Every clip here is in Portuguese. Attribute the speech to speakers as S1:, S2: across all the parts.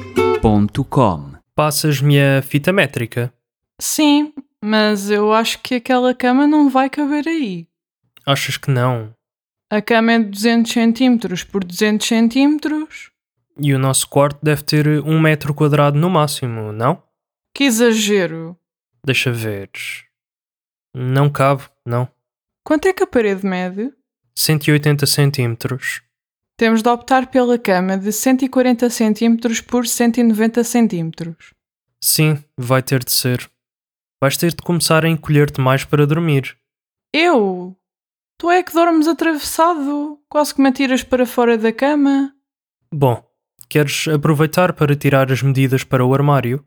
S1: practiceportuguese.com.
S2: Passas-me a fita métrica.
S3: Sim, mas eu acho que aquela cama não vai caber aí.
S2: Achas que não?
S3: A cama é de 200 centímetros por 200 centímetros.
S2: E o nosso quarto deve ter um metro quadrado no máximo, não?
S3: Que exagero!
S2: Deixa ver. Não cabe, não.
S3: Quanto é que a parede mede?
S2: 180 centímetros.
S3: Temos de optar pela cama de 140 centímetros por 190 centímetros.
S2: Sim, vai ter de ser. Vais ter de começar a encolher-te mais para dormir.
S3: Eu? Tu é que dormes atravessado? Quase que me atiras para fora da cama?
S2: Bom, queres aproveitar para tirar as medidas para o armário?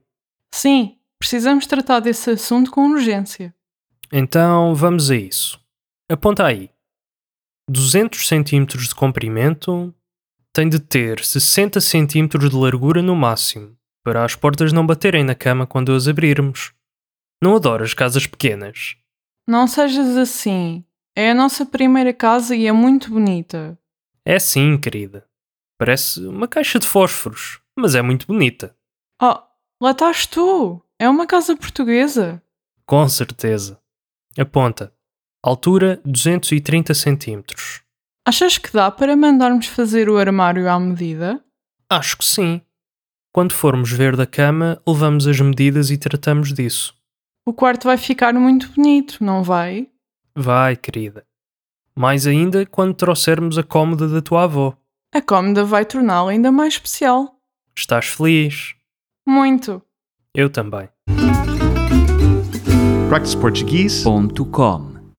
S3: Sim, precisamos tratar desse assunto com urgência.
S2: Então vamos a isso. Aponta aí. 200 centímetros de comprimento tem de ter 60 centímetros de largura no máximo, para as portas não baterem na cama quando as abrirmos. Não adoras casas pequenas?
S3: Não sejas assim. É a nossa primeira casa e é muito bonita.
S2: É sim, querida. Parece uma caixa de fósforos, mas é muito bonita.
S3: Oh, lá estás tu! É uma casa portuguesa.
S2: Com certeza. Aponta. Altura 230 centímetros.
S3: Achas que dá para mandarmos fazer o armário à medida?
S2: Acho que sim. Quando formos ver da cama, levamos as medidas e tratamos disso.
S3: O quarto vai ficar muito bonito, não vai?
S2: Vai, querida. Mais ainda quando trouxermos a cómoda da tua avó.
S3: A cómoda vai torná-lo ainda mais especial.
S2: Estás feliz?
S3: Muito.
S2: Eu também.
S1: practiceportuguese.com.